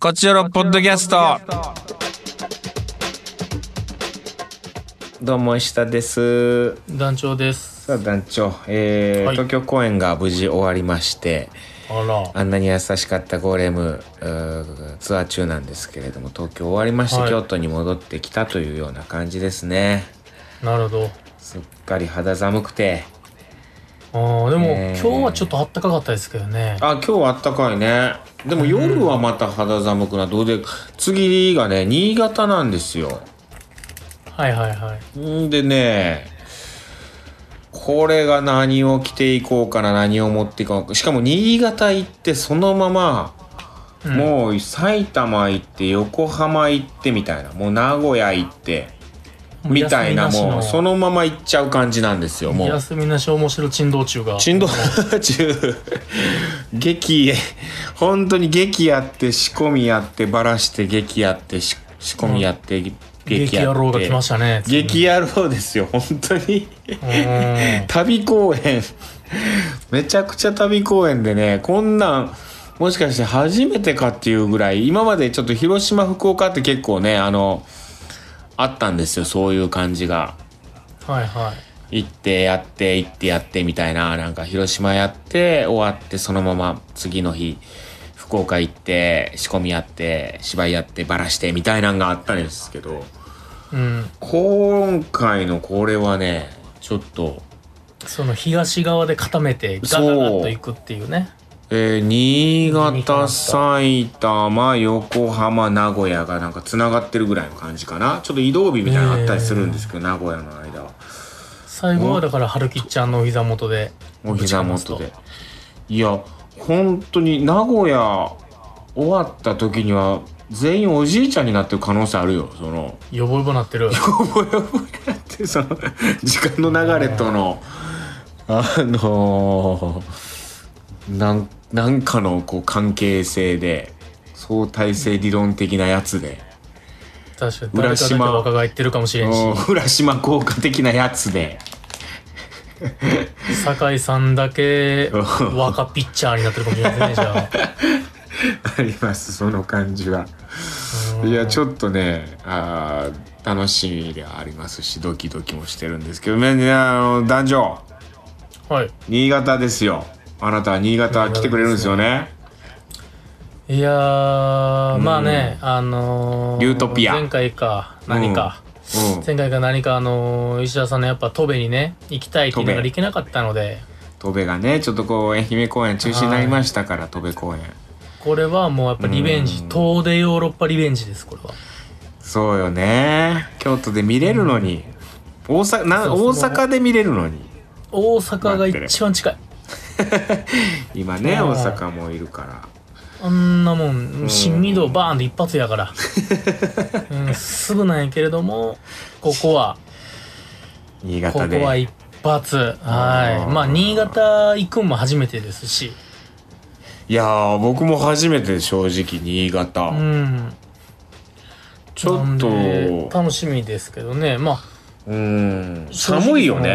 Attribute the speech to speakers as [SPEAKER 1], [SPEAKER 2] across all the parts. [SPEAKER 1] こちらのポッドキャスト。どうも石田です。
[SPEAKER 2] 団長です。
[SPEAKER 1] さあ団長、えー
[SPEAKER 2] はい
[SPEAKER 1] 東京公演が無事終わりまして、
[SPEAKER 2] あら。
[SPEAKER 1] あんなに優しかったゴーレムうーツアー中なんですけれども、東京終わりまして、
[SPEAKER 2] はい
[SPEAKER 1] 京都に戻ってきたというような感じですね。
[SPEAKER 2] なるほど。
[SPEAKER 1] すっかり肌寒くて、
[SPEAKER 2] ああ、でも、
[SPEAKER 1] えー
[SPEAKER 2] 今日はちょっと暖かかったですけどね。
[SPEAKER 1] あ今日はあったかいね。でも夜はまた肌寒くなって、で次がね新潟なんですよ。
[SPEAKER 2] はいはいはい。
[SPEAKER 1] んでね、これが何を着ていこうかな、何を持っていこうか。しかも新潟行ってそのまま、
[SPEAKER 2] うん
[SPEAKER 1] もう埼玉行って横浜行ってみたいな、もう名古屋行ってみたいな、もうそのまま行っちゃう感じなんですよ、もう。
[SPEAKER 2] 休みなし面白珍道中が。
[SPEAKER 1] 振動中 激本当に激やって仕込みやってばらして激やってし仕込みやって、
[SPEAKER 2] 激野郎が来ましたね。ついに
[SPEAKER 1] 激野郎ですよ本当に
[SPEAKER 2] うーん
[SPEAKER 1] 旅公演めちゃくちゃ旅公演でねこんなんもしかして初めてかっていうぐらい今までちょっと広島福岡って結構ねあのあったんですよそういう感じが
[SPEAKER 2] はいはい。
[SPEAKER 1] 行ってやって行ってやってみたいななんか広島やって終わってそのまま次の日福岡行って仕込みやって芝居やってバラしてみたいなんがあったんですけど
[SPEAKER 2] うん。
[SPEAKER 1] 今回のこれはねちょっと、
[SPEAKER 2] その東側で固めて、ガガガッと行くっていうね。
[SPEAKER 1] えー新
[SPEAKER 2] 新潟
[SPEAKER 1] 潟埼玉横浜名古屋がなんかつながってるぐらいの感じかなちょっと移動日みたいなのあったりするんですけど、名古屋の間は。
[SPEAKER 2] 最後はだから、春吉ちゃんのお膝元で。
[SPEAKER 1] お膝元でいや本当に名古屋終わった時には全員おじいちゃんになってる可能性あるよその
[SPEAKER 2] よぼよぼな ってる。
[SPEAKER 1] でその時間の流れとのあのなんなんかのこう関係性で相対性理論的なやつで
[SPEAKER 2] 確かに。誰かだけ若返ってるかもしれんし。
[SPEAKER 1] うん浦島効果的なやつで
[SPEAKER 2] 酒井さんだけ若ピッチャーになってるかもしれないです ねじゃ
[SPEAKER 1] ありますその感じは。
[SPEAKER 2] あうん
[SPEAKER 1] いやちょっとねあー楽しみではありますしドキドキもしてるんですけどねねあの男女
[SPEAKER 2] はい
[SPEAKER 1] 新潟ですよあなたは新潟来てくれるんですよね
[SPEAKER 2] いやーまあねあのー
[SPEAKER 1] ユートピア
[SPEAKER 2] 前回か何か、
[SPEAKER 1] うん
[SPEAKER 2] 前回か何かあのー石田さんのやっぱ戸部にね行きたいっていうの
[SPEAKER 1] 戸部
[SPEAKER 2] ができなかったので
[SPEAKER 1] 戸部がねちょっとこう愛媛公演中止になりましたから戸部公演
[SPEAKER 2] これはもうやっぱリベンジ遠出ヨーロッパリベンジですこれは
[SPEAKER 1] そうよね京都で見れるのに、大阪な
[SPEAKER 2] そうそう
[SPEAKER 1] 大阪で見れるのに
[SPEAKER 2] 大阪が一番近い
[SPEAKER 1] 今ね
[SPEAKER 2] うん
[SPEAKER 1] 大阪もいるから
[SPEAKER 2] あんなもん新御堂バーンで一発 やから、うん、すぐなんやけれどもここは
[SPEAKER 1] 新
[SPEAKER 2] こ
[SPEAKER 1] 潟
[SPEAKER 2] こは
[SPEAKER 1] で
[SPEAKER 2] 一発はいまあ新潟行くんも初めてですし
[SPEAKER 1] いやー僕も初めて正直新潟、
[SPEAKER 2] うん
[SPEAKER 1] ちょ
[SPEAKER 2] な
[SPEAKER 1] っ
[SPEAKER 2] ん
[SPEAKER 1] と
[SPEAKER 2] で楽しみですけどねまあ
[SPEAKER 1] うん寒いよね、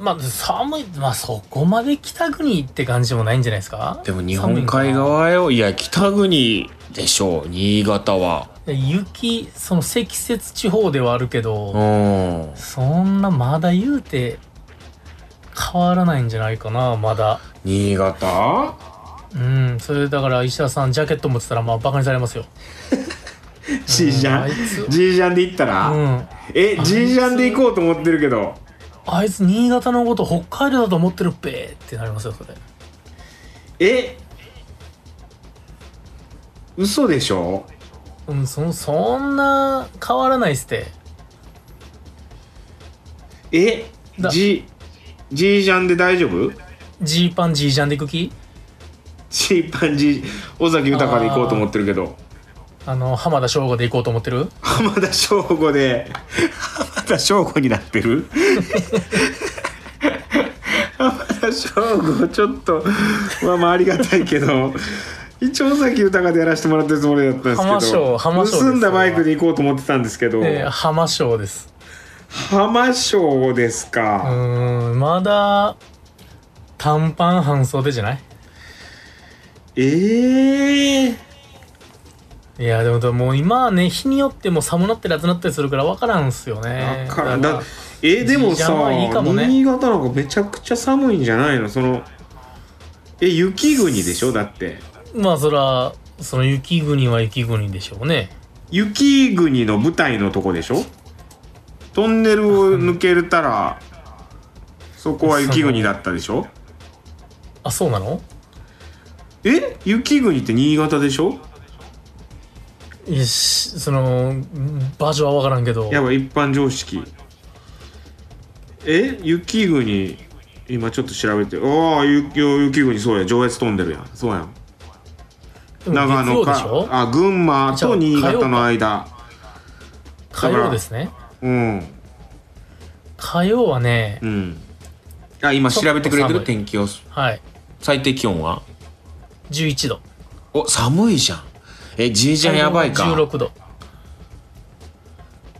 [SPEAKER 2] 正直あのまあ寒いまあそこまで北国って感じでもないんじゃないですか
[SPEAKER 1] でも日本海側よいや北国でしょう新潟は
[SPEAKER 2] 寒いんかな雪その積雪地方ではあるけど、
[SPEAKER 1] うん
[SPEAKER 2] そんなまだ言うて変わらないんじゃないかなまだ
[SPEAKER 1] 新潟
[SPEAKER 2] うんそれだから石田さんジャケット持ってたらまあバカにされますよ
[SPEAKER 1] G ジ
[SPEAKER 2] うん
[SPEAKER 1] ャ
[SPEAKER 2] あ
[SPEAKER 1] ン
[SPEAKER 2] いつ
[SPEAKER 1] G ジャンで行った
[SPEAKER 2] う
[SPEAKER 1] ら
[SPEAKER 2] ん
[SPEAKER 1] え
[SPEAKER 2] あいつ
[SPEAKER 1] G ジャンで行こうと思ってるけど
[SPEAKER 2] あいつ新潟のこと北海道だと思ってるっぺってなりますよそれ
[SPEAKER 1] え嘘でしょ
[SPEAKER 2] うんそそんな変わらないっすって
[SPEAKER 1] え
[SPEAKER 2] だ
[SPEAKER 1] G G ジャンで大丈夫
[SPEAKER 2] ジーパンジージャンで行く気
[SPEAKER 1] G パン G 尾崎豊で行こうと思ってるけど
[SPEAKER 2] あの浜田省吾で行こうと思ってる
[SPEAKER 1] 浜田省吾で浜田省吾になってる浜田省吾ちょっとまあまあありがたいけど一応さっき豊でやらせてもらってるつもりだったん
[SPEAKER 2] 浜
[SPEAKER 1] ですけど
[SPEAKER 2] 省浜省です
[SPEAKER 1] 盗んだバイクで行こうと思ってたんですけど、
[SPEAKER 2] えー、浜省です
[SPEAKER 1] 浜省です
[SPEAKER 2] う
[SPEAKER 1] か、
[SPEAKER 2] ーんまだ短パン半袖じゃない
[SPEAKER 1] ええ
[SPEAKER 2] いやでもでももう今はね日によっても寒なったり暑なったりするから分からんっすよね
[SPEAKER 1] だからだえでもさ
[SPEAKER 2] じゃあいいかもね
[SPEAKER 1] 新潟なんかめちゃくちゃ寒いんじゃないのそのえ雪国でしょだって
[SPEAKER 2] まあそらその雪国は雪国でしょうね
[SPEAKER 1] 雪国の舞台のとこでしょトンネルを抜けれたらそこは雪国だったでしょ
[SPEAKER 2] あそうなの
[SPEAKER 1] え雪国って新潟でしょ
[SPEAKER 2] いやしその場所は分からんけど
[SPEAKER 1] やばい一般常識え雪国今ちょっと調べてああ雪雪国そうや上越トンネルやんそうやん
[SPEAKER 2] でも
[SPEAKER 1] 長
[SPEAKER 2] 月
[SPEAKER 1] 野
[SPEAKER 2] 曜で
[SPEAKER 1] か
[SPEAKER 2] しょ
[SPEAKER 1] あ群馬と新潟の間
[SPEAKER 2] 火曜ですね
[SPEAKER 1] うん
[SPEAKER 2] 火曜はね
[SPEAKER 1] うんあ今調べてくれて
[SPEAKER 2] ちょっ
[SPEAKER 1] る
[SPEAKER 2] と寒い
[SPEAKER 1] 天気予想
[SPEAKER 2] はい
[SPEAKER 1] 最低気温は
[SPEAKER 2] 11度
[SPEAKER 1] お寒いじゃんえじいちゃんやばいか
[SPEAKER 2] 16度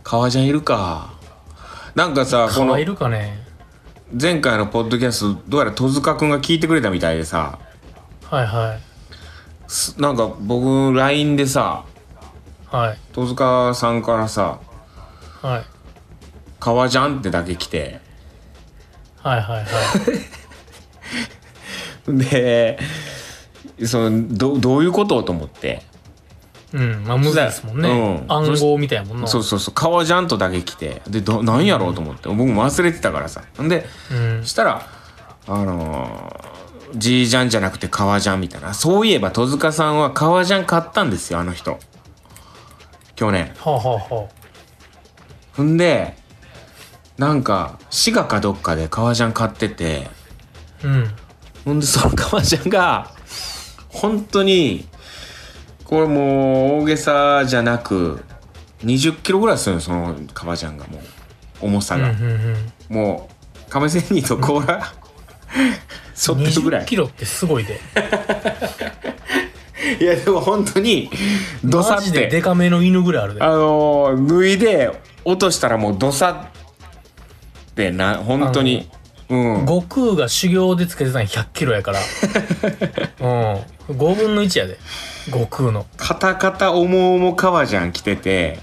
[SPEAKER 1] 革ジャンいるかなんかさこ
[SPEAKER 2] 蚊
[SPEAKER 1] の
[SPEAKER 2] はいるかね
[SPEAKER 1] 前回のポッドキャストどうやら戸塚くんが聞いてくれたみたいでさ
[SPEAKER 2] はいはい
[SPEAKER 1] すなんか僕 LINE でさ
[SPEAKER 2] はい
[SPEAKER 1] 戸塚さんからさ
[SPEAKER 2] はい
[SPEAKER 1] 「革ジャン」ってだけ来て
[SPEAKER 2] はいはいはい
[SPEAKER 1] でそのどどういうことと思って
[SPEAKER 2] うんまあむずいですもんね、
[SPEAKER 1] うん
[SPEAKER 2] 暗号みたいやもんな
[SPEAKER 1] そうそうそう革ジャンとだけ来てでど何やろうと思って僕も忘れてたからさんで
[SPEAKER 2] うん
[SPEAKER 1] そしたらあのージージャンじゃなくて革ジャンみたいなそういえば戸塚さんは革ジャン買ったんですよあの人去年
[SPEAKER 2] はあはあは
[SPEAKER 1] ほんでなんか滋賀かどっかで革ジャン買ってて
[SPEAKER 2] あうん
[SPEAKER 1] ほんでその革ジャンが本当にこれもう大げさじゃなく20キロぐらいするのその革ジャンがもう重さ
[SPEAKER 2] うん
[SPEAKER 1] が、
[SPEAKER 2] うん
[SPEAKER 1] もう亀仙人と甲羅
[SPEAKER 2] う
[SPEAKER 1] そ
[SPEAKER 2] ん
[SPEAKER 1] ってるぐら
[SPEAKER 2] 20
[SPEAKER 1] い
[SPEAKER 2] キロってすごいで
[SPEAKER 1] いやでも本当にどさ
[SPEAKER 2] マ
[SPEAKER 1] っ
[SPEAKER 2] ジで
[SPEAKER 1] て
[SPEAKER 2] デカめの犬ぐらいあるで
[SPEAKER 1] あのー脱いで落としたらもうどさってな本当にうん
[SPEAKER 2] 悟空が修行でつけてたん100キロ やからうん5分の1やで悟空の
[SPEAKER 1] カタカタ重々革ジャン着てて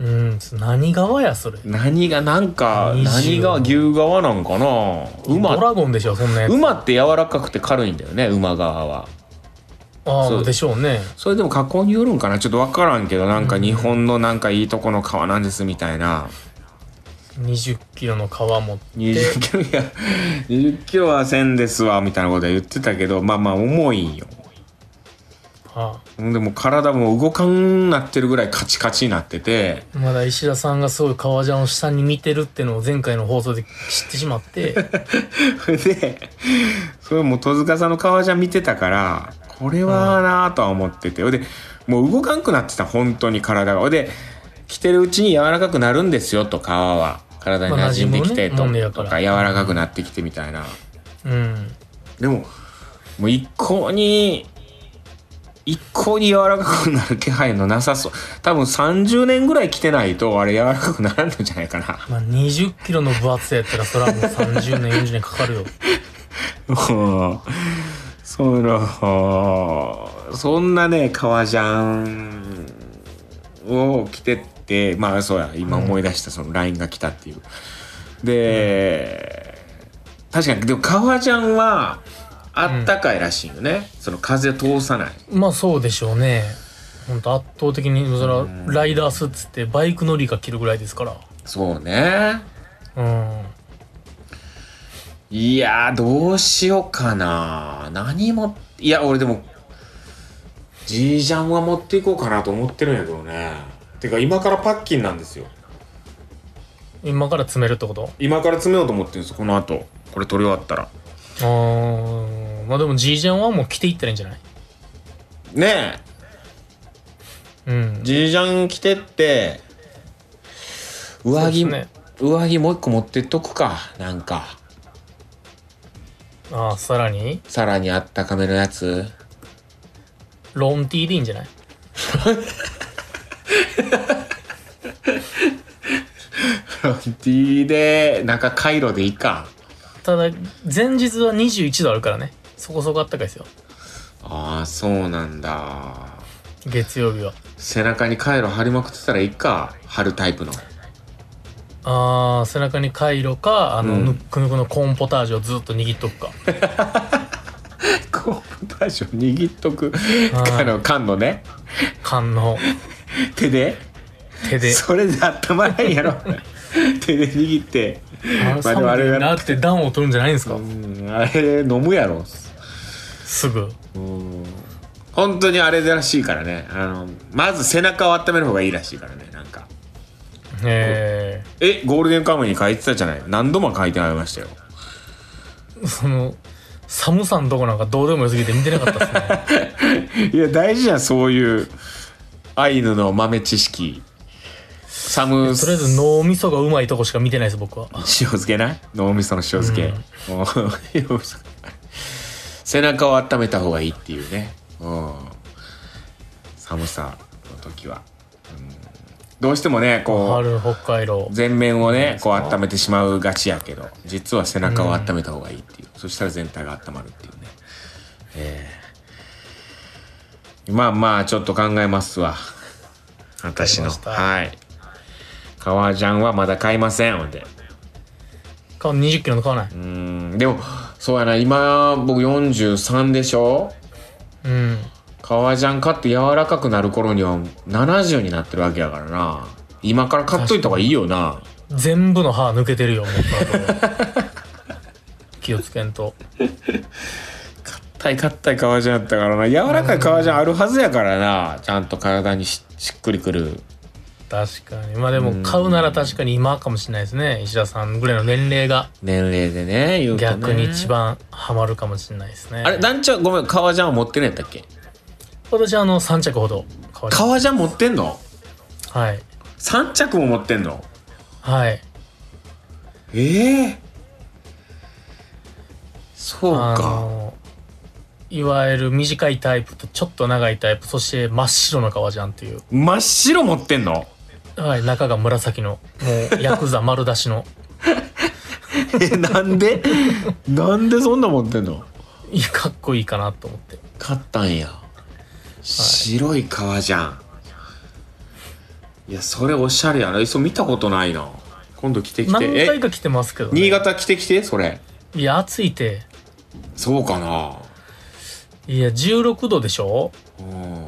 [SPEAKER 2] うん何側やそれ
[SPEAKER 1] 何がなんか
[SPEAKER 2] 20
[SPEAKER 1] 何が牛側なんかな
[SPEAKER 2] ド
[SPEAKER 1] 馬
[SPEAKER 2] ラゴンでしょそんなやつ
[SPEAKER 1] 馬って柔らかくて軽いんだよね馬側は
[SPEAKER 2] あ
[SPEAKER 1] そ
[SPEAKER 2] あ
[SPEAKER 1] う
[SPEAKER 2] でしょうね
[SPEAKER 1] それでも加工によるんかなちょっと分からんけどなんか日本のなんかいいとこの革なんですみたいな。
[SPEAKER 2] 20キロの皮持って
[SPEAKER 1] 20キロいや20キロはせんですわみたいなことは言ってたけどまあまあ重いんよ
[SPEAKER 2] あ
[SPEAKER 1] ほんでもう体も動かんなってるぐらいカチカチになってて
[SPEAKER 2] あまだ石田さんがすごい革ジャンを下に見てるってのを前回の放送で知ってしまって
[SPEAKER 1] それでそれもう戸塚さんの革じゃ見てたからこれはなあとは思っててほいでもう動かんくなってた本当に体がほいで着てるうちに柔らかくなるんですよと皮は体に馴染んできて
[SPEAKER 2] ま
[SPEAKER 1] と,、
[SPEAKER 2] あ馴染むねもんやか
[SPEAKER 1] と
[SPEAKER 2] ら
[SPEAKER 1] か柔らかくなってきてみたいな。
[SPEAKER 2] うん
[SPEAKER 1] でも、もう一向に、一向に柔らかくなる気配のなさそう。多分30年ぐらい着てないと、あれ柔らかくならんのじゃないかな。
[SPEAKER 2] まあ20キロの分厚さやったらそれはもう30年40年かかるよ
[SPEAKER 1] もうその、そんなね、革ジャンを着てって、まあそうや、今思い出したその LINE が来たっていう。で、確かに、でも革ジャンは、あったかいらしいよね。その風を通さない。
[SPEAKER 2] まあそうでしょうね本当圧倒的にそれはライダースーツってバイク乗りが着るぐらいですから
[SPEAKER 1] そうね。
[SPEAKER 2] うん
[SPEAKER 1] いやー、どうしようかな。何も、いや、俺でも、ジージャンは持っていこうかなと思ってるんやけどね。てか、今からパッキンなんですよ。
[SPEAKER 2] 今から詰めるってこと
[SPEAKER 1] 今から詰めようと思ってるんですこの後。これ取り終わったら。
[SPEAKER 2] あーまあでも G ジャンはもう着ていったらいいんじゃない
[SPEAKER 1] ね
[SPEAKER 2] うん
[SPEAKER 1] え、ジージャン着てって、上着、
[SPEAKER 2] そうですね
[SPEAKER 1] 上着もう一個持ってっとくか。なんか、
[SPEAKER 2] あーさらに
[SPEAKER 1] さらにあったかめのや つ。
[SPEAKER 2] ロン T でいいんじゃない
[SPEAKER 1] ディーで、なんかカイロでいいか。
[SPEAKER 2] ただ前日は21度あるからねそこそこあったかいですよ
[SPEAKER 1] ああ、そうなんだ。
[SPEAKER 2] 月曜日は
[SPEAKER 1] 背中にカイロ貼りまくってたらいいか貼るタイプの
[SPEAKER 2] あー背中にカイロかあの、
[SPEAKER 1] うん
[SPEAKER 2] ぬっくぬくのコーンポタージュをずっと握っとく か
[SPEAKER 1] コーンポタージュを握っとく
[SPEAKER 2] はい
[SPEAKER 1] あの缶のね
[SPEAKER 2] 缶の
[SPEAKER 1] 手で
[SPEAKER 2] 手で
[SPEAKER 1] それで温まらんや ろ手で握って
[SPEAKER 2] あ
[SPEAKER 1] まあでもあれ
[SPEAKER 2] 寒いな
[SPEAKER 1] が
[SPEAKER 2] って暖を取るんじゃないんですか、
[SPEAKER 1] うんあれ飲むやろ
[SPEAKER 2] すぐ
[SPEAKER 1] うん本当にあれらしいからねあのまず背中を温める方がいいらしいからねなんか
[SPEAKER 2] え
[SPEAKER 1] えゴールデンカムイに書いてたじゃない何度も書いてありましたよ
[SPEAKER 2] ー、その寒さんとこなんかどうでもよすぎて見てなかったです ね
[SPEAKER 1] いや大事じゃんそういう アイヌの豆知識サム
[SPEAKER 2] とりあえず脳みそがうまいとこしか見てないです僕は
[SPEAKER 1] 塩漬けな脳みその塩漬け、もう塩漬け 背中を温めた方がいいっていうね、うん、寒さの時は、うんどうしてもねこ
[SPEAKER 2] 春北海道
[SPEAKER 1] う全面をねこう温めてしまうがちやけど実は背中を温めた方がいいっていう、そしたら全体が温まるっていうねええまあまあちょっと考えますわ私の
[SPEAKER 2] わかりました
[SPEAKER 1] はい革ジャンはまだ買いませんほんで。
[SPEAKER 2] 買う20キロの買わない
[SPEAKER 1] うんでもそうやな今僕43でしょ
[SPEAKER 2] うん
[SPEAKER 1] 革ジャン買って柔らかくなる頃には70になってるわけやからな今から買っといた方がいいよな
[SPEAKER 2] 全部の歯抜けてるよもうこの頃 気をつけんと
[SPEAKER 1] 硬い硬い革ジャンやったからな柔らかい革ジャンあるはずやからなちゃんと体にししっくりくる
[SPEAKER 2] 確かにまあでも買うなら確かに今かもしれないですね石田さんぐらいの年齢が
[SPEAKER 1] 年齢でね言うとね
[SPEAKER 2] 逆に一番ハマるかもしれないですね
[SPEAKER 1] あれ団長ごめん革ジャンは持ってないやったっけ
[SPEAKER 2] 私あの3着ほど買われ
[SPEAKER 1] 革ジャン持ってんの
[SPEAKER 2] はい
[SPEAKER 1] ?3 着も持ってんの
[SPEAKER 2] はい
[SPEAKER 1] ええそう
[SPEAKER 2] あ
[SPEAKER 1] か
[SPEAKER 2] のいわゆる短いタイプとちょっと長いタイプそして真っ白の革ジャンっていう、
[SPEAKER 1] 真っ白持ってんの
[SPEAKER 2] はい、中が紫のもうヤクザ丸出しの
[SPEAKER 1] えなんでなんでそんな持ってんの
[SPEAKER 2] いやかっこいいかなと思って
[SPEAKER 1] 買ったんや白い革じゃんいやそれおしゃれやないそれ見たことないな今度着てきて
[SPEAKER 2] 何回
[SPEAKER 1] え
[SPEAKER 2] か着てますけど、ね、
[SPEAKER 1] 新潟着てきてそれ
[SPEAKER 2] いや暑いて
[SPEAKER 1] そうかない
[SPEAKER 2] や16度でしょ
[SPEAKER 1] うん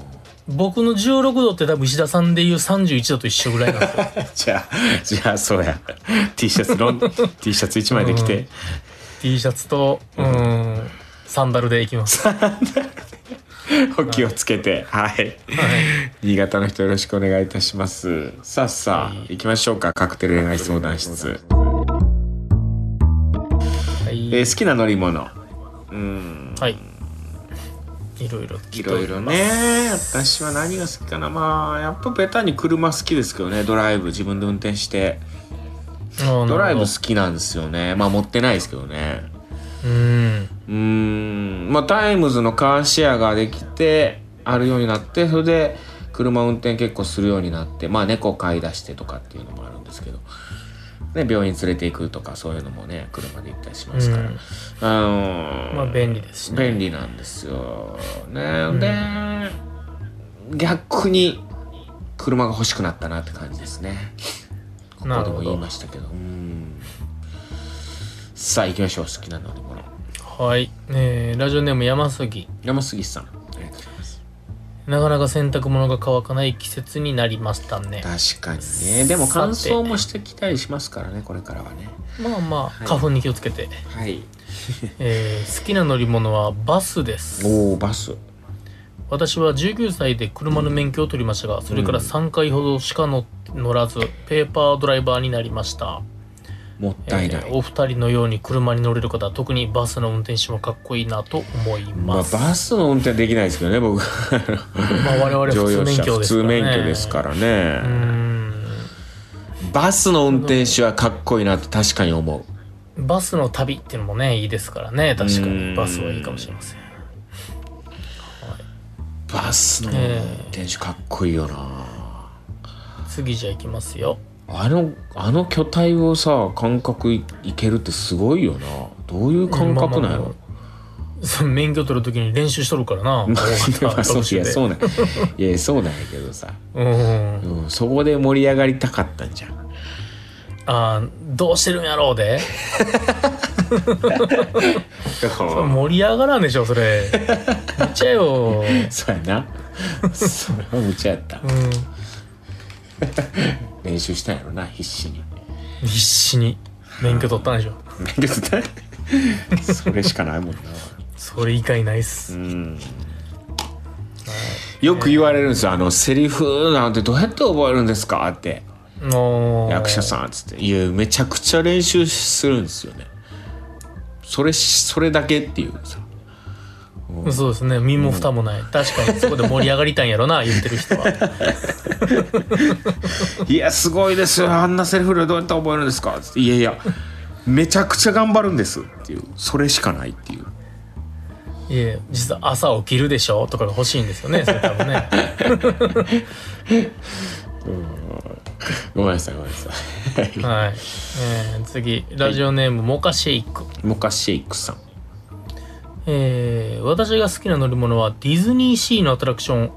[SPEAKER 2] 僕の16度って多分石田さんでいう31度と一緒ぐらいなん ですよ
[SPEAKER 1] じゃあじゃあそうや T シャツロン T シャツ1枚で着て、
[SPEAKER 2] T シャツとうーんサンダルでいきます、は
[SPEAKER 1] お気をつけてはい
[SPEAKER 2] い、
[SPEAKER 1] 新潟の人よろしくお願いいたしますさあさあ行きましょうかカクテル恋愛相談室
[SPEAKER 2] はい
[SPEAKER 1] えー好きな乗り物うん
[SPEAKER 2] はいいろいろ聞
[SPEAKER 1] い
[SPEAKER 2] いて
[SPEAKER 1] ろ
[SPEAKER 2] お
[SPEAKER 1] い
[SPEAKER 2] り
[SPEAKER 1] ろ
[SPEAKER 2] ます
[SPEAKER 1] ね私は何が好きかなまあやっぱベタに車好きですけどねドライブ自分で運転してド
[SPEAKER 2] ド
[SPEAKER 1] ライブ好きなんですよねまあ持ってないですけどね
[SPEAKER 2] うん
[SPEAKER 1] うーんまあタイムズのカーシェアができてあるようになってそれで車運転結構するようになってまあ猫飼い出してとかっていうのもあるんですけど、ね、病院連れて行くとかそういうのもね車で行ったりしますから、
[SPEAKER 2] うん
[SPEAKER 1] あのー
[SPEAKER 2] まあ便利ですしね
[SPEAKER 1] 便利なんですよね、で逆に車が欲しくなったなって感じですねここ
[SPEAKER 2] な
[SPEAKER 1] で
[SPEAKER 2] る
[SPEAKER 1] も
[SPEAKER 2] ほど
[SPEAKER 1] 言いましたけどうんさあ行きましょう好きな乗り物
[SPEAKER 2] はい、えーラジオネーム山杉
[SPEAKER 1] 山杉さんありがとうございます
[SPEAKER 2] なかなか洗濯物が乾かない季節になりましたね
[SPEAKER 1] 確かにねでも乾燥もしてきたりしますからねこれからはね
[SPEAKER 2] まあまあ
[SPEAKER 1] い
[SPEAKER 2] 花粉に気をつけて、
[SPEAKER 1] はい
[SPEAKER 2] えー好きな乗り物はバスです
[SPEAKER 1] おおバス
[SPEAKER 2] 私は19歳で車の免許を取りましたがそれから3回ほどしか乗乗らずペーパードライバーになりました、
[SPEAKER 1] もったいない、
[SPEAKER 2] えーお二人のように車に乗れる方特にバスの運転手もかっこいいなと思い
[SPEAKER 1] まあ、
[SPEAKER 2] ます、
[SPEAKER 1] バスの運転できないですけどね僕
[SPEAKER 2] まあ我々は
[SPEAKER 1] 乗
[SPEAKER 2] 普通
[SPEAKER 1] 用
[SPEAKER 2] 免
[SPEAKER 1] 車
[SPEAKER 2] 許
[SPEAKER 1] 普
[SPEAKER 2] です
[SPEAKER 1] 通
[SPEAKER 2] からね
[SPEAKER 1] 免許ですからね
[SPEAKER 2] うーん
[SPEAKER 1] バスの運転手はかっこいいなって確かに思う
[SPEAKER 2] バスの旅っていうのもねいいですからね確か
[SPEAKER 1] うん
[SPEAKER 2] にバスはいいかもしれません
[SPEAKER 1] バスの運転手かっこいいよな、
[SPEAKER 2] 次じゃあ行きますよ
[SPEAKER 1] あのあの巨体をさ感覚いいけるってすごいよなどういう感覚なんやろ、
[SPEAKER 2] まあまあまあその免許取るときに練習しとるか ら
[SPEAKER 1] まあ、
[SPEAKER 2] な。
[SPEAKER 1] まあそうい
[SPEAKER 2] 各地
[SPEAKER 1] や
[SPEAKER 2] で
[SPEAKER 1] そうなんいやそうなんやけどさ、
[SPEAKER 2] うん。
[SPEAKER 1] うん、そこで盛り上がりたかったんじゃん
[SPEAKER 2] あーどうしてるんやろうで。盛り上がらんでしょ、そ れ。めっちゃよ。
[SPEAKER 1] そうやな それは無茶やった
[SPEAKER 2] うん。
[SPEAKER 1] 練習したんやろな必死 に
[SPEAKER 2] 必死に免許取ったんでしょ。
[SPEAKER 1] 免許取った それしかないもんな
[SPEAKER 2] それ以外ないっ
[SPEAKER 1] う
[SPEAKER 2] す。
[SPEAKER 1] んよく言われるんですよあのセリフなんてどうやって覚えるんですかって
[SPEAKER 2] の
[SPEAKER 1] 役者さんっつっていやめちゃくちゃ練習するんですよねそれそれだけっていうさ
[SPEAKER 2] ん。そうですね。身も蓋もない。確かにそこで盛り上がりたいんやろな、言ってる人は。
[SPEAKER 1] いやすごいですよあんなセリフ量どうやって覚えるんですか?」つっていやいやめちゃくちゃ頑張るんです」っていうそれしかないっていう
[SPEAKER 2] いえ、実は朝起きるでしょとかが欲しいんですよね、それ多分ね。
[SPEAKER 1] ごめんなさいごめんなさい
[SPEAKER 2] はい。えー次、ラジオネーム、モカシェイク。
[SPEAKER 1] モカシェイクさん
[SPEAKER 2] えー私が好きな乗り物はディズニーシーのアトラクション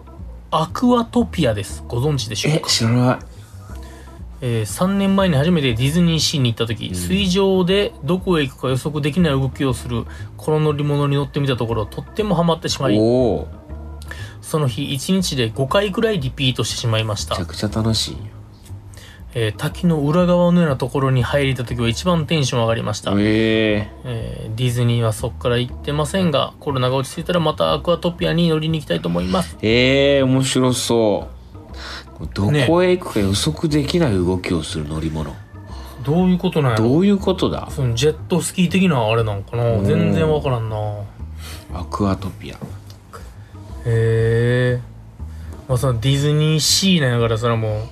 [SPEAKER 2] アクアトピアですご存知でしょう
[SPEAKER 1] え
[SPEAKER 2] か、
[SPEAKER 1] 知らない
[SPEAKER 2] えー3年前に初めてディズニーシーに行った時、水上でどこへ行くか予測できない動きをするこの乗り物に乗ってみたところとってもハマってしまい
[SPEAKER 1] おお
[SPEAKER 2] その日1日で5回くらいリピートしてしまいまし
[SPEAKER 1] めちゃ
[SPEAKER 2] た、
[SPEAKER 1] くちゃ楽しいよ
[SPEAKER 2] えー滝の裏側のようなところに入れた時は一番テンション上がりました、
[SPEAKER 1] ええ
[SPEAKER 2] えーディズニーはそこから行ってませんがコロナが落ち着いたらまたアクアトピアに乗りに行きたいと思います
[SPEAKER 1] ええ面白そうどこへ行くか予測できない動きをする乗り物、
[SPEAKER 2] どういうことなんやろ
[SPEAKER 1] どういうことだ
[SPEAKER 2] そのジェットスキー的なあれなんかな全然わからんな
[SPEAKER 1] アクアトピア
[SPEAKER 2] へえまあそのディズニーシーなんやからそれはも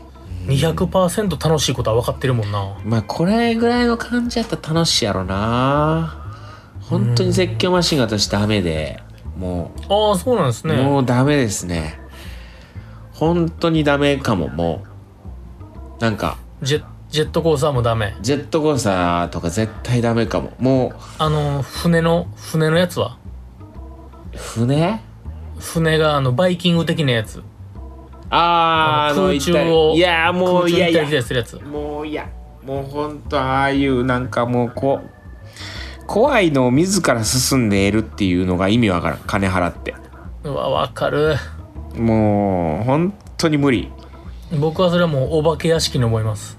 [SPEAKER 2] う200%楽しいことは分かってるもんな
[SPEAKER 1] まあこれぐらいの感じやったら楽しいやろな本当に絶叫マシンが私ダメでも
[SPEAKER 2] ああそうなんです
[SPEAKER 1] う、
[SPEAKER 2] ね
[SPEAKER 1] もうダメですね本当にダメかももうなんか
[SPEAKER 2] ジェジェットコースターもダメ
[SPEAKER 1] ジェットコースターとか絶対ダメかもも
[SPEAKER 2] あの船の船のやつは
[SPEAKER 1] う船
[SPEAKER 2] 船があのバイキング的なやつ
[SPEAKER 1] あーあの
[SPEAKER 2] 空
[SPEAKER 1] 一
[SPEAKER 2] 中
[SPEAKER 1] 体
[SPEAKER 2] を
[SPEAKER 1] いやもう
[SPEAKER 2] 空
[SPEAKER 1] い
[SPEAKER 2] 中
[SPEAKER 1] やい
[SPEAKER 2] 行ったり
[SPEAKER 1] や
[SPEAKER 2] 来たりするやつ
[SPEAKER 1] もういやもうほんとああいうなんかもうこう怖いのを自ら進んでいるっていうのが意味わからん金払って
[SPEAKER 2] うわ分かる
[SPEAKER 1] もう本当に無理
[SPEAKER 2] 僕はそれはもうお化け屋敷に思います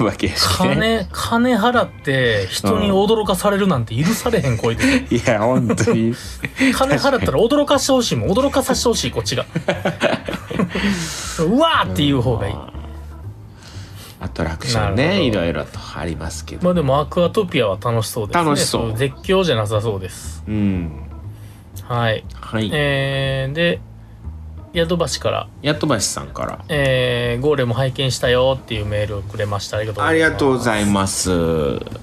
[SPEAKER 1] お化け屋敷ね
[SPEAKER 2] 金金払って人に驚かされるなんて許されへんこいつ
[SPEAKER 1] いや本当 に
[SPEAKER 2] 金払ったら驚かしてほしいもん驚かさせてほしいこっちがうわーっていう方がいい、
[SPEAKER 1] アトラクション
[SPEAKER 2] なるほ
[SPEAKER 1] ね
[SPEAKER 2] ど
[SPEAKER 1] いろいろとありますけど
[SPEAKER 2] まあでもアクアトピアは楽しそうですね
[SPEAKER 1] 楽しそう
[SPEAKER 2] 絶叫じゃなさそうです
[SPEAKER 1] うん
[SPEAKER 2] はい
[SPEAKER 1] はい
[SPEAKER 2] えー、で宿橋から、
[SPEAKER 1] やとばしさんから
[SPEAKER 2] えーゴーレム拝見したよっていうメールをくれましたありがとうご
[SPEAKER 1] あ
[SPEAKER 2] ざい
[SPEAKER 1] り
[SPEAKER 2] ます
[SPEAKER 1] がとうございま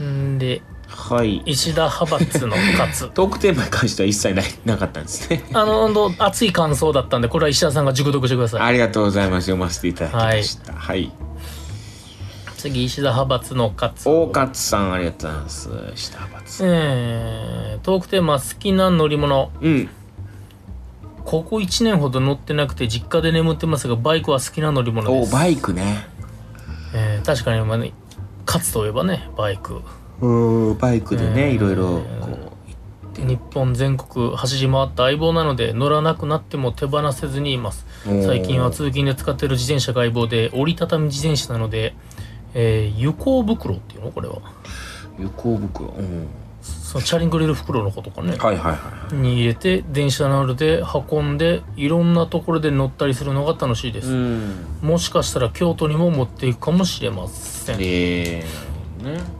[SPEAKER 1] す
[SPEAKER 2] んで
[SPEAKER 1] はい
[SPEAKER 2] 石田派閥の勝
[SPEAKER 1] トークテーマに関しては一切ないなかったんですね
[SPEAKER 2] あのど熱い感想だったんでこれは石田さんが熟読してください
[SPEAKER 1] ありがとうございます読ませていただきましたはい、
[SPEAKER 2] 次石田派閥の勝
[SPEAKER 1] 大勝さんありがとうございます下派閥
[SPEAKER 2] えー、トークテーマ好きな乗り物
[SPEAKER 1] うん
[SPEAKER 2] ここ1年ほど乗ってなくて実家で眠ってますがバイクは好きな乗り物で
[SPEAKER 1] お
[SPEAKER 2] す、
[SPEAKER 1] バイクね
[SPEAKER 2] えー確かに、まあね、勝つといえばねバイク
[SPEAKER 1] うんバイクでねいろいろこ
[SPEAKER 2] 日本全国走り回った相棒なので乗らなくなっても手放せずにいます
[SPEAKER 1] おー
[SPEAKER 2] 最近は通勤で使ってる自転車が相棒で折りたたみ自転車なので、えー、湯光袋っていうのこれは
[SPEAKER 1] う横袋うん
[SPEAKER 2] そのチャリンコ入れる袋のことかね
[SPEAKER 1] はいはいは
[SPEAKER 2] に入れて電車などで運んでいろんなところで乗ったりするのが楽しいで
[SPEAKER 1] い
[SPEAKER 2] す、
[SPEAKER 1] うん
[SPEAKER 2] もしかしたら京都にも持っていくかもしれません
[SPEAKER 1] えー、なるほどね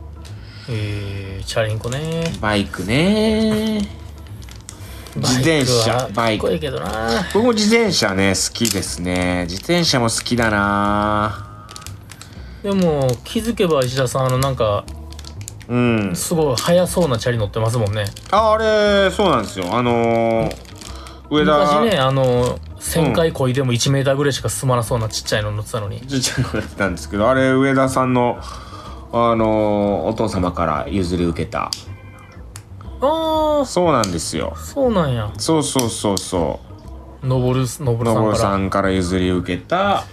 [SPEAKER 2] えー、チャリンコね
[SPEAKER 1] バイクね自転車
[SPEAKER 2] バ
[SPEAKER 1] バ
[SPEAKER 2] イ
[SPEAKER 1] イ
[SPEAKER 2] ク
[SPEAKER 1] ク
[SPEAKER 2] はかっこいいけどな
[SPEAKER 1] 僕も自転車ね好きですね自転車も好きだな
[SPEAKER 2] でも気づけば石田さんあのなんか
[SPEAKER 1] うん
[SPEAKER 2] すごい速そうなチャリ乗ってますもんね
[SPEAKER 1] ああれそうなんですよあのー、上田
[SPEAKER 2] 昔ねあの旋回こいでも1メーターぐらいしか進まなそうなちっちゃいの乗ってたのに、
[SPEAKER 1] ちっちゃい子だったんですけどあれ上田さんのあのお父様から譲り受けた
[SPEAKER 2] ああ
[SPEAKER 1] そうなんですよ
[SPEAKER 2] そうなんや
[SPEAKER 1] そうそうそうそ
[SPEAKER 2] のぼるの
[SPEAKER 1] う
[SPEAKER 2] ぼる
[SPEAKER 1] のぼ
[SPEAKER 2] さんか
[SPEAKER 1] る
[SPEAKER 2] ら
[SPEAKER 1] さんから譲り受けたあ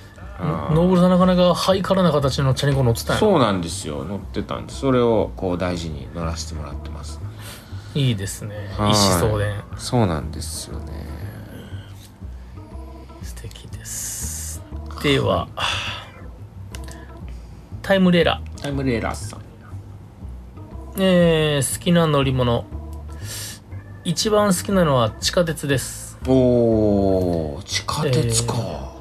[SPEAKER 1] ー
[SPEAKER 2] ノーブルさんなかなかハイカラな形のチャリンコ乗ってたんやな
[SPEAKER 1] そうなんですよ乗ってたんですそれをこう大事に乗らせてもらってます
[SPEAKER 2] いいですね一
[SPEAKER 1] はい
[SPEAKER 2] 思相伝
[SPEAKER 1] そうなんですよね
[SPEAKER 2] 素敵ですではタイムレーラー
[SPEAKER 1] タイムレーラーさん
[SPEAKER 2] えー好きな乗り物一番好きなのは地下鉄です
[SPEAKER 1] おー地下鉄か、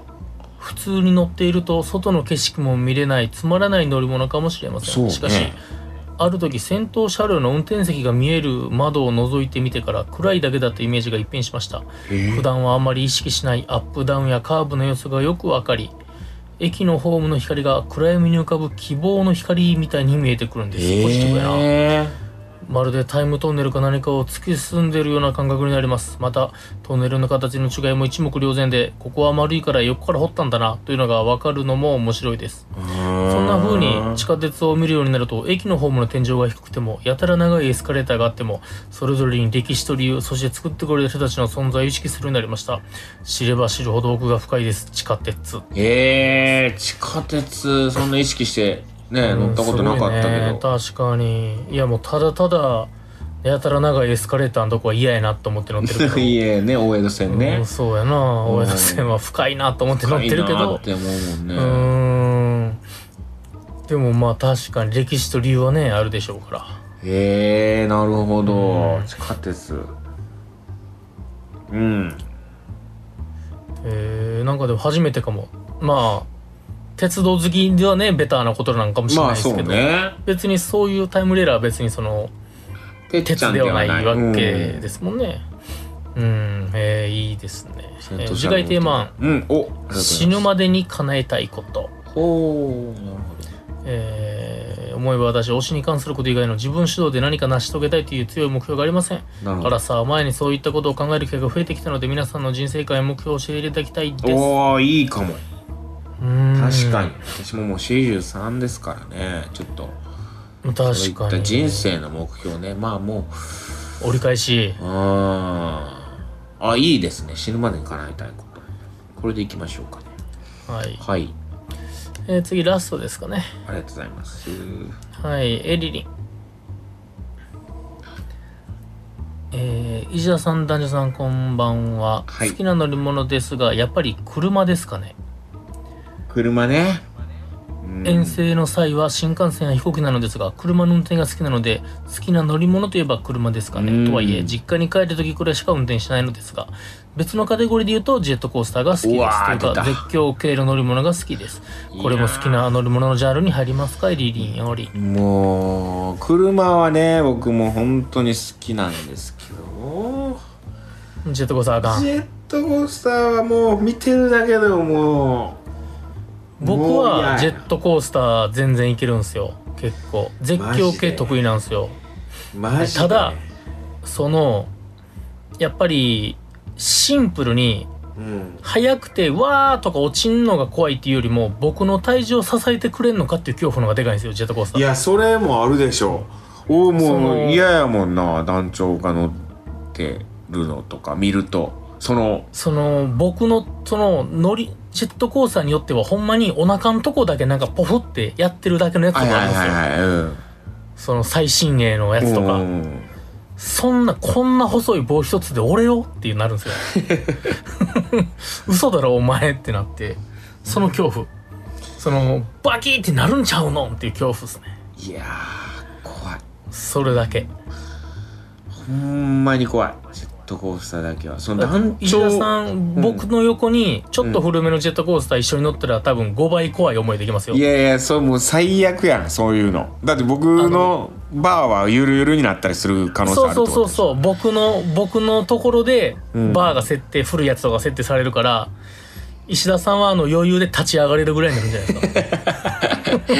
[SPEAKER 2] 普通に乗っていると外の景色も見れないつまらない乗り物かもしれません
[SPEAKER 1] そうね
[SPEAKER 2] しかしある時先頭車両の運転席が見える窓を覗いてみてから暗いだけだとイメージが一変しました
[SPEAKER 1] えー
[SPEAKER 2] 普段はあまり意識しないアップダウンやカーブの様子がよくわかり駅のホームの光が暗闇に浮かぶ希望の光みたいに見えてくるんです、ポジティブやな
[SPEAKER 1] えー
[SPEAKER 2] まるでタイムトンネルか何かを突き進んでいるような感覚になりますまたトンネルの形の違いも一目瞭然でここは丸いから横から掘ったんだなというのがわかるのも面白いですそ
[SPEAKER 1] そ
[SPEAKER 2] んな風に地下鉄を見るようになると駅のホームの天井が低くてもやたら長いエスカレーターがあってもそれぞれに歴史と理由そして作ってくれた人たちの存在を意識するようになりました知れば知るほど奥が深いです地下鉄
[SPEAKER 1] えー、地下鉄そんな意識してね、乗ったことなかったけど、
[SPEAKER 2] うんすごいね、確かにいやもうただただやたら長いエスカレーターのとこは嫌やなと思って乗ってるけど
[SPEAKER 1] いえね大江戸線ね、
[SPEAKER 2] うんそうやな
[SPEAKER 1] うん
[SPEAKER 2] 大江戸線は深いなと思って乗ってる
[SPEAKER 1] 深
[SPEAKER 2] け
[SPEAKER 1] いな
[SPEAKER 2] ど
[SPEAKER 1] って思うもんね、
[SPEAKER 2] うーんでもまあ確かに歴史と理由はねあるでしょうから
[SPEAKER 1] へえなるほど、
[SPEAKER 2] うん
[SPEAKER 1] 地下鉄うん
[SPEAKER 2] えー、なんかでも初めてかもまあ鉄道好きではねベターなことなんかもしれない
[SPEAKER 1] まあ
[SPEAKER 2] ですけ
[SPEAKER 1] そう
[SPEAKER 2] ど、
[SPEAKER 1] ね
[SPEAKER 2] 別にそういうタイムレーラーは別にその
[SPEAKER 1] てっちゃ
[SPEAKER 2] 鉄
[SPEAKER 1] ん
[SPEAKER 2] で
[SPEAKER 1] で
[SPEAKER 2] は
[SPEAKER 1] はな
[SPEAKER 2] ないいわけ
[SPEAKER 1] うん
[SPEAKER 2] ですもんねうん、えーいいですね、え
[SPEAKER 1] えっ
[SPEAKER 2] ー
[SPEAKER 1] と
[SPEAKER 2] 次回テーマ
[SPEAKER 1] うんおありがとうございます
[SPEAKER 2] 死ぬまでに叶えたいこと
[SPEAKER 1] ほうなるほど
[SPEAKER 2] えー思えば私推しに関すること以外の自分主導で何か成し遂げたいという強い目標がありません
[SPEAKER 1] なるほ
[SPEAKER 2] だ
[SPEAKER 1] ど
[SPEAKER 2] からさ前にそういったことを考える機会が増えてきたので皆さんの人生観や目標を教えていただきたいです
[SPEAKER 1] おーいいかも確
[SPEAKER 2] 確
[SPEAKER 1] かに私ももう43ですからねちょっとそうい
[SPEAKER 2] 確
[SPEAKER 1] っ
[SPEAKER 2] か
[SPEAKER 1] た
[SPEAKER 2] に
[SPEAKER 1] 人生の目標ねまあも
[SPEAKER 2] 折り返し
[SPEAKER 1] ううーんあいいですね死ぬまでに叶えたいことこれでいきましょうかね
[SPEAKER 2] はい、
[SPEAKER 1] はい
[SPEAKER 2] えー次ラストですかね
[SPEAKER 1] ありがとうございます
[SPEAKER 2] はいエリリンえー、石田さん男女さんこんばんは、
[SPEAKER 1] はい
[SPEAKER 2] 好きな乗り物ですがやっぱり車ですかね、
[SPEAKER 1] 車ねうん
[SPEAKER 2] 遠征の際は新幹線や飛行機なのですが車の運転が好きなので好きな乗り物といえば車ですかね、
[SPEAKER 1] うん
[SPEAKER 2] とはいえ実家に帰る時くらいしか運転しないのですが別のカテゴリーで言うとジェットコースターが好きですという
[SPEAKER 1] うわー出
[SPEAKER 2] か
[SPEAKER 1] た
[SPEAKER 2] 絶叫系の乗り物が好きですこれも好きな乗り物のジャンルに入りますかエリリンより
[SPEAKER 1] もう車はね僕も本当に好きなんですけど
[SPEAKER 2] ジェットコースターあか
[SPEAKER 1] ジ
[SPEAKER 2] ん
[SPEAKER 1] ェットコースターはもう見てるだけでももう
[SPEAKER 2] 僕
[SPEAKER 1] もう嫌
[SPEAKER 2] は
[SPEAKER 1] や
[SPEAKER 2] ジェットコースター全然いけるんすよ結構絶叫系得意なんすよ
[SPEAKER 1] マジで
[SPEAKER 2] ただそのやっぱりシンプルに
[SPEAKER 1] うん
[SPEAKER 2] 速くてわーとか落ちんのが怖いっていうよりも僕の体重を支えてくれんのかっていう恐怖の方がでかいんですよジェットコースタ
[SPEAKER 1] い
[SPEAKER 2] ー
[SPEAKER 1] やそれもあるでしょうおう
[SPEAKER 2] そ
[SPEAKER 1] も
[SPEAKER 2] の
[SPEAKER 1] う嫌やもんな団長が乗ってるのとか見るとその
[SPEAKER 2] その僕のその乗りジェットコースターによってはほんまにお腹のとこだけなんかポフってやってるだけのやつと
[SPEAKER 1] はい
[SPEAKER 2] かあ
[SPEAKER 1] はい
[SPEAKER 2] るんです
[SPEAKER 1] はい
[SPEAKER 2] よ
[SPEAKER 1] はいうん
[SPEAKER 2] その最新鋭のやつと
[SPEAKER 1] う
[SPEAKER 2] か
[SPEAKER 1] ん
[SPEAKER 2] そんなこんな細い棒一つで折れよってなるんですよ 嘘だろお前ってなってその恐怖そのバキーってなるんちゃうのっていう恐怖ですね
[SPEAKER 1] いやー怖い
[SPEAKER 2] それだけ
[SPEAKER 1] ほんまに怖いジェットコースターだけはその団
[SPEAKER 2] 石田
[SPEAKER 1] 長
[SPEAKER 2] さん、僕の横にちょっと古めのジェットコースター一緒に乗ったら多分5倍怖い思いできますよ
[SPEAKER 1] いやいやそうもう最悪やんそういうのだって僕のバーはゆるゆるになったりする可能性ある
[SPEAKER 2] そう
[SPEAKER 1] って
[SPEAKER 2] そ
[SPEAKER 1] こ
[SPEAKER 2] う
[SPEAKER 1] と
[SPEAKER 2] そうそう僕の僕のところで
[SPEAKER 1] うん
[SPEAKER 2] バーが設定、古いやつとか設定されるから石田さんはあの余裕で立ち上がれるぐらいになるんじゃない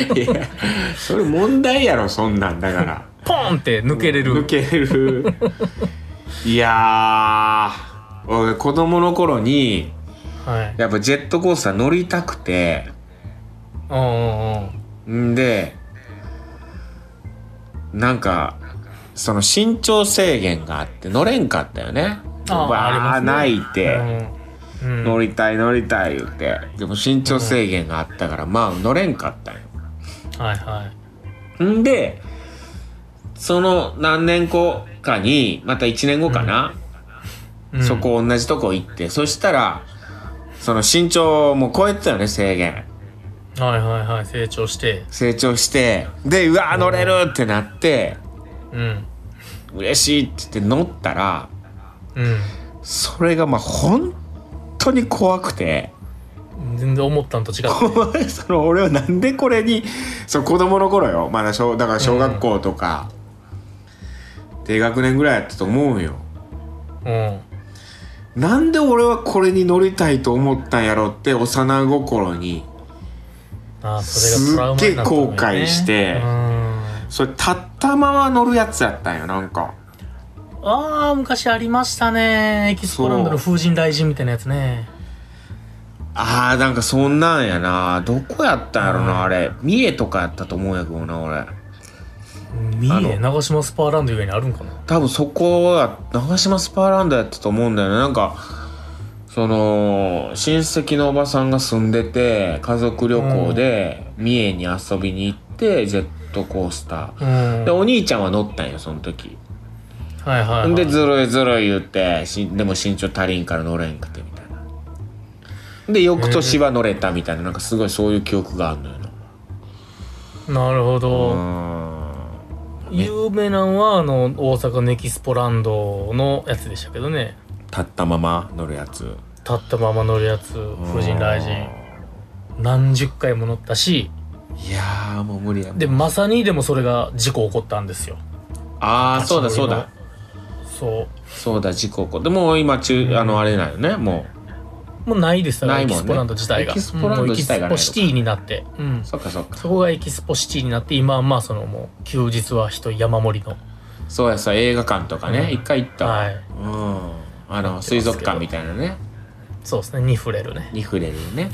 [SPEAKER 2] で すか
[SPEAKER 1] いやそれ問題やろそんなんだから
[SPEAKER 2] ポーンって抜けれ
[SPEAKER 1] 抜
[SPEAKER 2] る、
[SPEAKER 1] けるいやー俺子供の頃に
[SPEAKER 2] はい
[SPEAKER 1] やっぱジェットコースター乗りたくて
[SPEAKER 2] うんうんうん
[SPEAKER 1] んでなんかその身長制限があって乗れんかったよね
[SPEAKER 2] あーあり
[SPEAKER 1] わ
[SPEAKER 2] ま
[SPEAKER 1] あ
[SPEAKER 2] すね
[SPEAKER 1] 泣いて、
[SPEAKER 2] うんうん
[SPEAKER 1] 乗りたい乗りたい言ってでも身長制限があったから、まあ乗れんかったんよ
[SPEAKER 2] はいはい
[SPEAKER 1] んで、その何年後かに、また1年後かな、
[SPEAKER 2] うん
[SPEAKER 1] そこ同じとこ行って、そしたら、その身長も超えてたよね、制限。
[SPEAKER 2] はいはいはい成長して
[SPEAKER 1] 成長して、で、うわー乗れるってなって、
[SPEAKER 2] うん
[SPEAKER 1] 嬉しいって言って乗ったら、
[SPEAKER 2] う
[SPEAKER 1] それがまあ本当に怖くて、
[SPEAKER 2] ん全然思ったんと 違う
[SPEAKER 1] お前その俺はなんでこれに、そう子供の頃よ、まだ小、だから小学校とか、低学年ぐらいやったと思うよ。
[SPEAKER 2] うん
[SPEAKER 1] なんで俺はこれに乗りたいと思ったんやろって幼心に
[SPEAKER 2] ああそれがトラウマになったんだよね
[SPEAKER 1] すっげえ後悔して
[SPEAKER 2] うん
[SPEAKER 1] それ立ったまま乗るやつやったんよなんか
[SPEAKER 2] ああ昔ありましたねエキスポランドの風神雷神みたいなやつね
[SPEAKER 1] あーなんかそんなんやなどこやったんやろ
[SPEAKER 2] うん
[SPEAKER 1] なあれ三重とかやったと思うんやけどな俺
[SPEAKER 2] 三重長島スパーランド以外にあるんかな
[SPEAKER 1] 多分そこは長島スパーランドやったと思うんだよねなんかその親戚のおばさんが住んでて家族旅行で三重に遊びに行ってジェットコースタ
[SPEAKER 2] うん
[SPEAKER 1] ーでお兄ちゃんは乗ったんよその時
[SPEAKER 2] はいはい、は
[SPEAKER 1] ん
[SPEAKER 2] い、
[SPEAKER 1] でずるいずるい言ってしでも身長足りんから乗れんくてみたいなで翌年は乗れたみたいななんかすごいそういう記憶があるのよな
[SPEAKER 2] なるほ
[SPEAKER 1] う
[SPEAKER 2] ど
[SPEAKER 1] ね
[SPEAKER 2] 有名なのはあの大阪のエキスポランドのやつでしたけどね
[SPEAKER 1] ーん立ったまま乗るやつ
[SPEAKER 2] 立ったまま乗るやつ風神雷神何十回も乗ったし
[SPEAKER 1] いやーもう無理や
[SPEAKER 2] でまさにでもそれが事故起こったんですよ
[SPEAKER 1] ああそうだ
[SPEAKER 2] 立ち
[SPEAKER 1] そう
[SPEAKER 2] 乗りの
[SPEAKER 1] だ
[SPEAKER 2] そ
[SPEAKER 1] そうだ事故起こでもう今中あのあれなんよねも
[SPEAKER 2] うもうないですだから
[SPEAKER 1] ない
[SPEAKER 2] エ
[SPEAKER 1] もん
[SPEAKER 2] キ
[SPEAKER 1] ね
[SPEAKER 2] スポランド自体が
[SPEAKER 1] エキスポランド
[SPEAKER 2] うんもう
[SPEAKER 1] 自体がないのか
[SPEAKER 2] エキスポシティになってうん
[SPEAKER 1] うそっかそっか
[SPEAKER 2] そこがエキスポシティになって今はまあそのもう休日は人山盛りの
[SPEAKER 1] そうやさ映画館とかね
[SPEAKER 2] うん
[SPEAKER 1] 一回行ったわ
[SPEAKER 2] はい
[SPEAKER 1] うんあの水族館みたいなね
[SPEAKER 2] そうですねに触れるね
[SPEAKER 1] に触れるね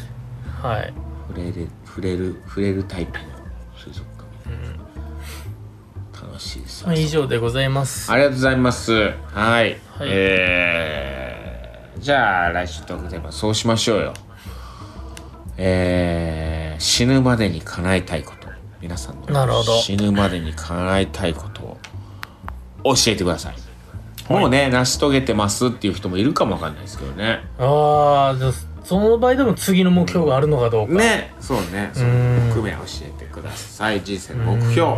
[SPEAKER 2] はい
[SPEAKER 1] 触れる触れる触れるタイプの水族館みたいな楽しいです、
[SPEAKER 2] まあ以上でございます
[SPEAKER 1] ありがとうございますはい、
[SPEAKER 2] い
[SPEAKER 1] えー、じゃあ来週トークテーマそうしましょうよえー、死ぬまでに叶えたいこと皆さん
[SPEAKER 2] なるほ
[SPEAKER 1] の
[SPEAKER 2] ど
[SPEAKER 1] 死ぬまでに叶えたいことを教えてくださいもうね、成し遂げてますっていう人もいるかもわかんないですけどね
[SPEAKER 2] ああじゃあその場合でも次の目標があるのかどうか
[SPEAKER 1] ねそうねそ
[SPEAKER 2] うん
[SPEAKER 1] の含め教えてください人生の目標